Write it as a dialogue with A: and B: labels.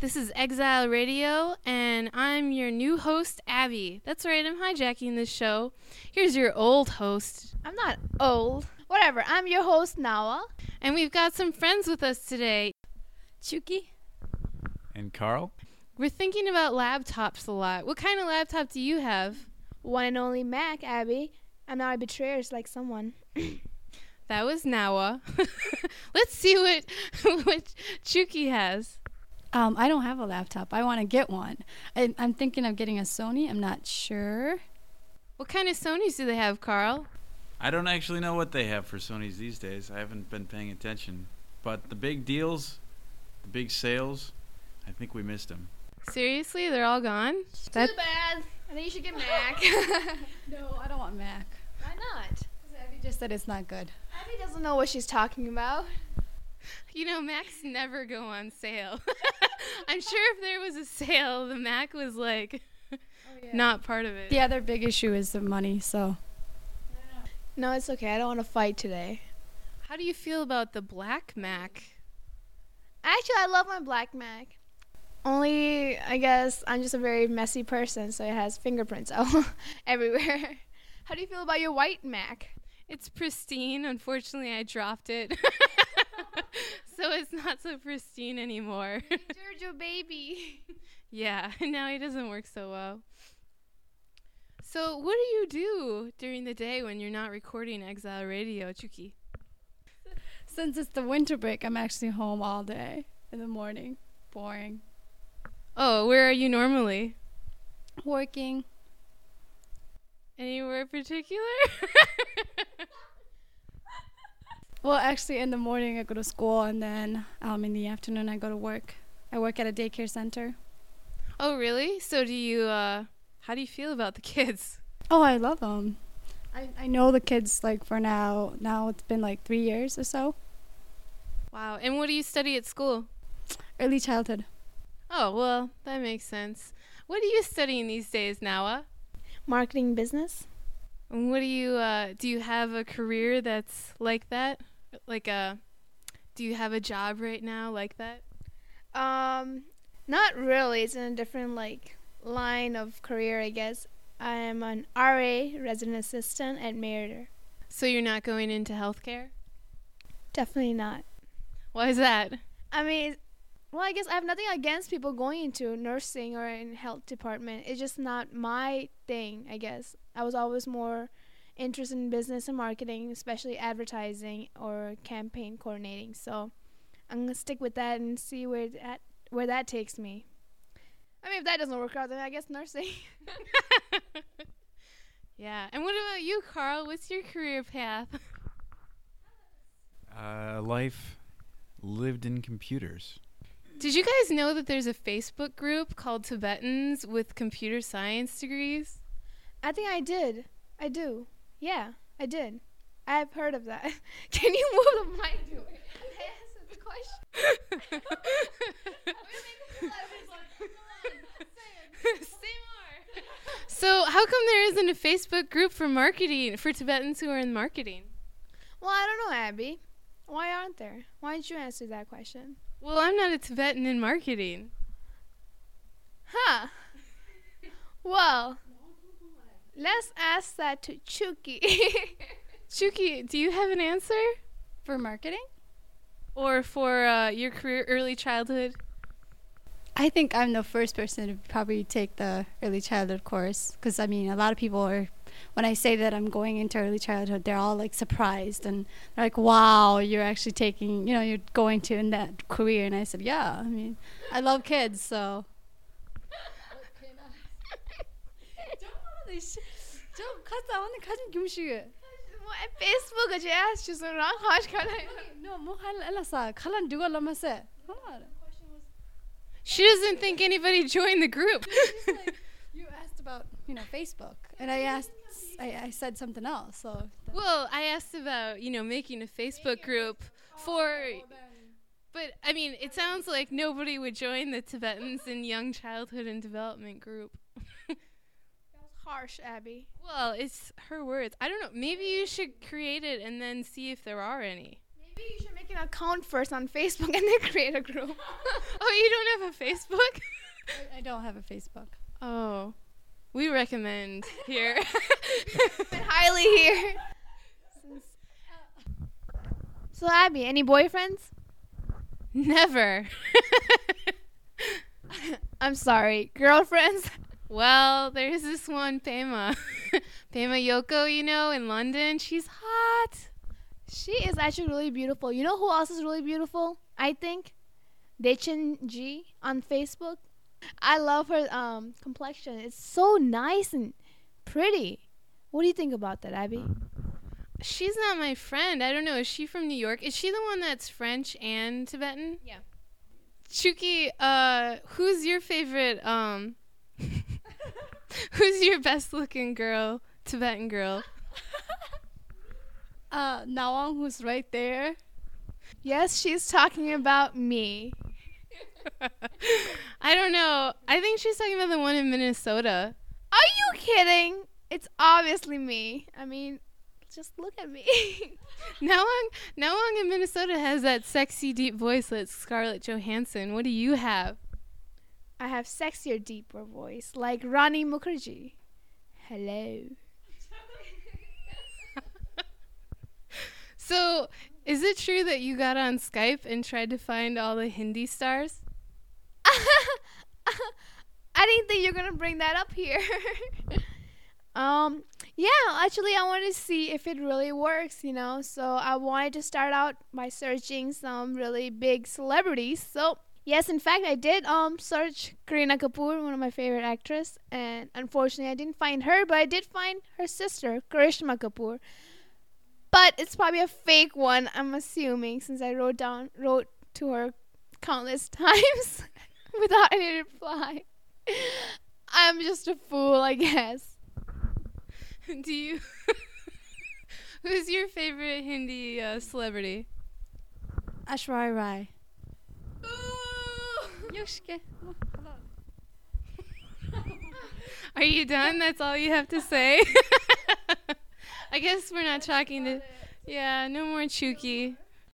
A: This is Exile Radio, and I'm your new host, Abby. That's right, I'm hijacking this show. Here's your old host,
B: I'm not old. Whatever. I'm your host, Nawa.
A: and we've got some friends with us today.
B: Chuki.
C: And Carl?
A: We're thinking about laptops a lot. What kind of laptop do you have?
B: One and only Mac, Abby. I'm not a betrayer like someone.
A: That was Nawa. Let's see what what Chuki has.
D: Um, I don't have a laptop. I want to get one. I, I'm thinking of getting a Sony. I'm not sure.
A: What kind of Sony's do they have, Carl?
C: I don't actually know what they have for Sony's these days. I haven't been paying attention. But the big deals, the big sales, I think we missed them.
A: Seriously, they're all gone. That-
B: Too bad. I think you should get Mac.
D: No, I don't want Mac.
B: Why not?
D: Abby just said it's not good.
B: Abby doesn't know what she's talking about.
A: You know, Macs never go on sale. I'm sure if there was a sale, the Mac was like not part of it.
D: The other big issue is the money. So
B: No, it's okay. I don't want to fight today.
A: How do you feel about the black Mac?
B: Actually, I love my black Mac. Only, I guess, I'm just a very messy person, so it has fingerprints all everywhere. How do you feel about your white Mac?
A: It's pristine. Unfortunately, I dropped it. so it's not so pristine anymore.
B: Giorgio baby.
A: yeah, now it doesn't work so well. So, what do you do during the day when you're not recording Exile Radio, Chuki?
D: since it's the winter break, I'm actually home all day in the morning. Boring.
A: Oh, where are you normally?
D: Working.
A: Anywhere in particular?
D: Well, actually, in the morning I go to school, and then um, in the afternoon I go to work. I work at a daycare center.
A: oh, really? So, do you, uh, how do you feel about the kids?
D: Oh, I love them. I, I know the kids like for now. Now it's been like three years or so.
A: Wow. And what do you study at school?
D: Early childhood.
A: Oh, well, that makes sense. What are you studying these days, Nawa?
B: Marketing business?
A: And What do you uh, do? You have a career that's like that, like a. Do you have a job right now like that?
B: Um, not really. It's in a different like line of career, I guess. I am an RA, resident assistant at Meritor.
A: So you're not going into healthcare?
B: Definitely not.
A: Why is that?
B: I mean, well, I guess I have nothing against people going into nursing or in health department. It's just not my thing, I guess. I was always more interested in business and marketing, especially advertising or campaign coordinating. So I'm gonna stick with that and see where that where that takes me. I mean, if that doesn't work out, then I guess nursing.
A: yeah. And what about you, Carl? What's your career path?
C: Uh, life lived in computers.
A: Did you guys know that there's a Facebook group called Tibetans with computer science degrees?
B: I think I did. I do. Yeah, I did. I've heard of that. Can you move the mic to it? Answer the question.
A: So, how come there isn't a Facebook group for marketing for Tibetans who are in marketing?
B: Well, I don't know, Abby. Why aren't there? Why didn't you answer that question?
A: Well, I'm not a Tibetan in marketing.
B: Huh. Well, let's ask that to Chuki.
A: Chuki, do you have an answer?
D: For marketing?
A: Or for uh, your career early childhood?
D: I think I'm the first person to probably take the early childhood course because I mean, a lot of people are, when I say that I'm going into early childhood, they're all like surprised and they're like, wow, you're actually taking, you know, you're going to in that career. And I said, yeah, I mean, I love kids, so.
B: What Facebook aja ask you so wrong? How can I?
A: She doesn't think anybody joined the group.
D: You asked about, you know, Facebook, and I asked, I, I said something else, so.
A: well, I asked about, you know, making a Facebook group for. But, I mean, it sounds like nobody would join the Tibetans in Young Childhood and Development group.
B: Harsh, Abby.
A: well, it's her words. I don't know. Maybe you should create it and then see if there are any.
B: Maybe you should make an account first on Facebook and then create a group.
A: oh, you don't have a Facebook?
D: I- I don't have a Facebook.
A: Oh, we recommend here.
B: But highly here. So Abby, any boyfriends?
A: Never.
B: I'm sorry, girlfriends.
A: well, there's this one, Pema. Pema Yoko, you know, in London. She's hot.
B: She is actually really beautiful. You know who else is really beautiful? I think Dechen G on Facebook. I love her um, complexion. It's so nice and pretty. What do you think about that, Abby?
A: She's not my friend. I don't know. Is she from New York? Is she the one that's French and Tibetan?
B: Yeah.
A: Chuki, uh, who's your favorite? Um, who's your best-looking girl, Tibetan girl?
D: Uh, Nawang, who's right there.
B: Yes, she's talking about me.
A: I don't know. I think she's talking about the one in Minnesota.
B: Are you kidding? It's obviously me. I mean, just look at me.
A: Nawang, Nawang in Minnesota has that sexy deep voice that's Scarlett Johansson. What do you have?
B: I have sexier, deeper voice, like Ronnie Mukherjee. Hello.
A: So, is it true that you got on Skype and tried to find all the Hindi stars?
B: I didn't think you're gonna bring that up here. um, yeah, actually, I wanted to see if it really works, you know. So I wanted to start out by searching some really big celebrities. So yes, in fact, I did um search Kareena Kapoor, one of my favorite actress, and unfortunately, I didn't find her, but I did find her sister, Karishma Kapoor. But it's probably a fake one, I'm assuming, since I wrote down wrote to her countless times without any reply. I'm just a fool, I guess.
A: Do you? Who's your favorite Hindi uh, celebrity?
D: Ashwari Rai.
A: Are you done? That's all you have to say. I guess we're not talking to. Yeah, no more Chuki.